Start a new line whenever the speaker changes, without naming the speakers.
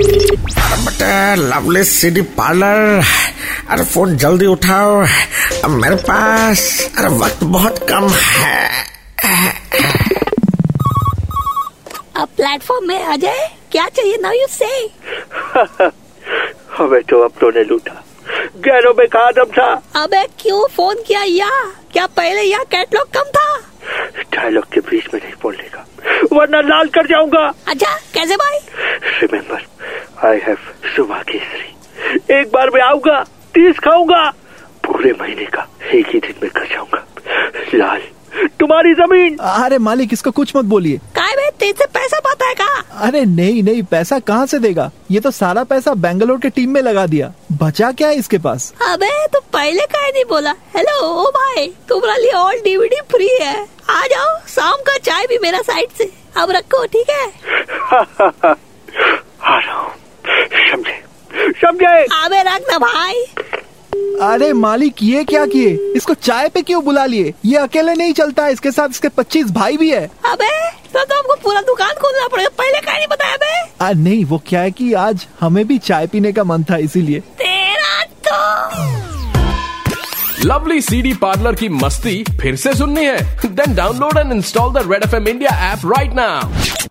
but lovely city parlour अरे phone जल्दी उठाओ अब मेरे पास अरे वक्त बहुत कम है
अब प्लेटफॉर्म में आ जाए क्या चाहिए नाउ यू से
हमें तो अपनों ने लूटा गैरों में कहा दम था
अबे क्यों फोन किया या क्या पहले यहाँ कैटलॉग कम था
डायलॉग के बीच में नहीं बोलने का वरना लाल कर जाऊंगा
अच्छा कैसे भाई
रिमेम्बर आई हैव सुबह केसरी एक बार मैं आऊंगा तीस खाऊंगा पूरे महीने का एक ही दिन में कर जाऊंगा लाल तुम्हारी जमीन
अरे मालिक इसको कुछ मत बोलिए
काय भाई तेज से पैसा पाता है का
अरे नहीं नहीं पैसा कहाँ से देगा ये तो सारा पैसा बेंगलोर के टीम में लगा दिया बचा क्या है इसके पास
अबे तो पहले काय नहीं बोला हेलो ओ भाई तुम्हारे लिए ऑल डीवीडी फ्री है आ जाओ शाम का चाय भी मेरा साइड से अब रखो ठीक है
आ रहा हूँ समझे समझे
अबे रख ना भाई
अरे मालिक ये क्या किए इसको चाय पे क्यों बुला लिए ये अकेले नहीं चलता है, इसके साथ इसके पच्चीस भाई भी है
अबे तो, तो हमको पूरा दुकान खोलना पड़ेगा पहले काय नहीं बताया बे
आ, नहीं वो क्या है कि आज हमें भी चाय पीने का मन था इसीलिए
तेरा तो
लवली सीडी पार्लर की मस्ती फिर से सुननी है then download and install the red F M India app right now